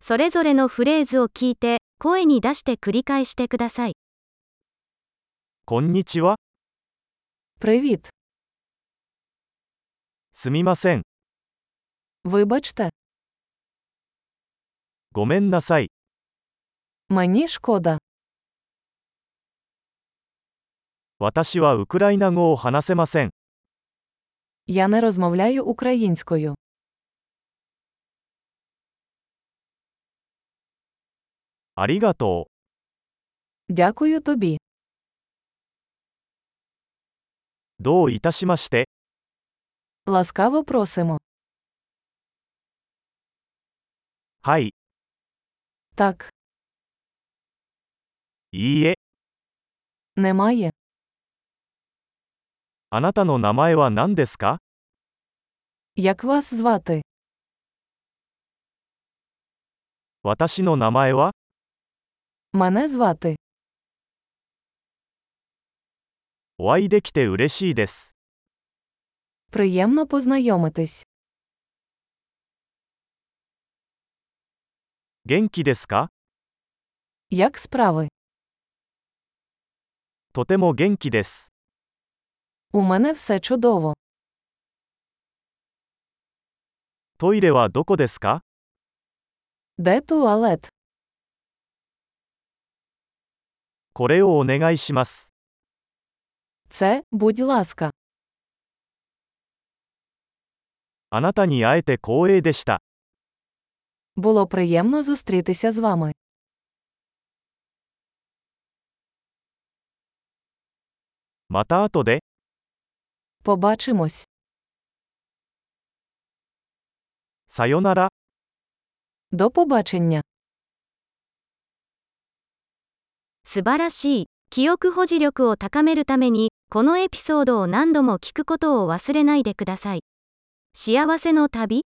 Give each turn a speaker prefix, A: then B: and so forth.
A: それぞれのフレーズを聞いて、声に出して繰り返してください。
B: こんにちは、
C: Привіт.
B: すみません、
C: Вибачте,
B: ごめんなさい、
C: мені шкода.
B: 私はウクライナ語を話せません。
C: Я не розмовляю українською.
B: ありがとう、
C: Дякую тобі.
B: どういたしまして、
C: Ласкаво просимо.
B: はい、
C: Так,
B: いいえ、
C: немає.
B: あなたの名前は何ですか
C: Як вас звати?
B: 私の名前は、
C: Мене звати.
B: お会いできて嬉しいです。
C: Приємно познайомитись.
B: 元気ですか
C: Як справи?
B: とても元気です。
C: У мене все чудово.
B: トイレはどこですか
C: Де туалет?
B: これをお願いします。
C: Це, будь ласка.
B: あなたに会えて光栄でした。
C: Було приємно зустрітися з вами.
B: また後で、
C: Побачимось.
B: さよなら。
C: До побачення.
A: 素晴らしい。記憶保持力を高めるために、このエピソードを何度も聞くことを忘れないでください。幸せの旅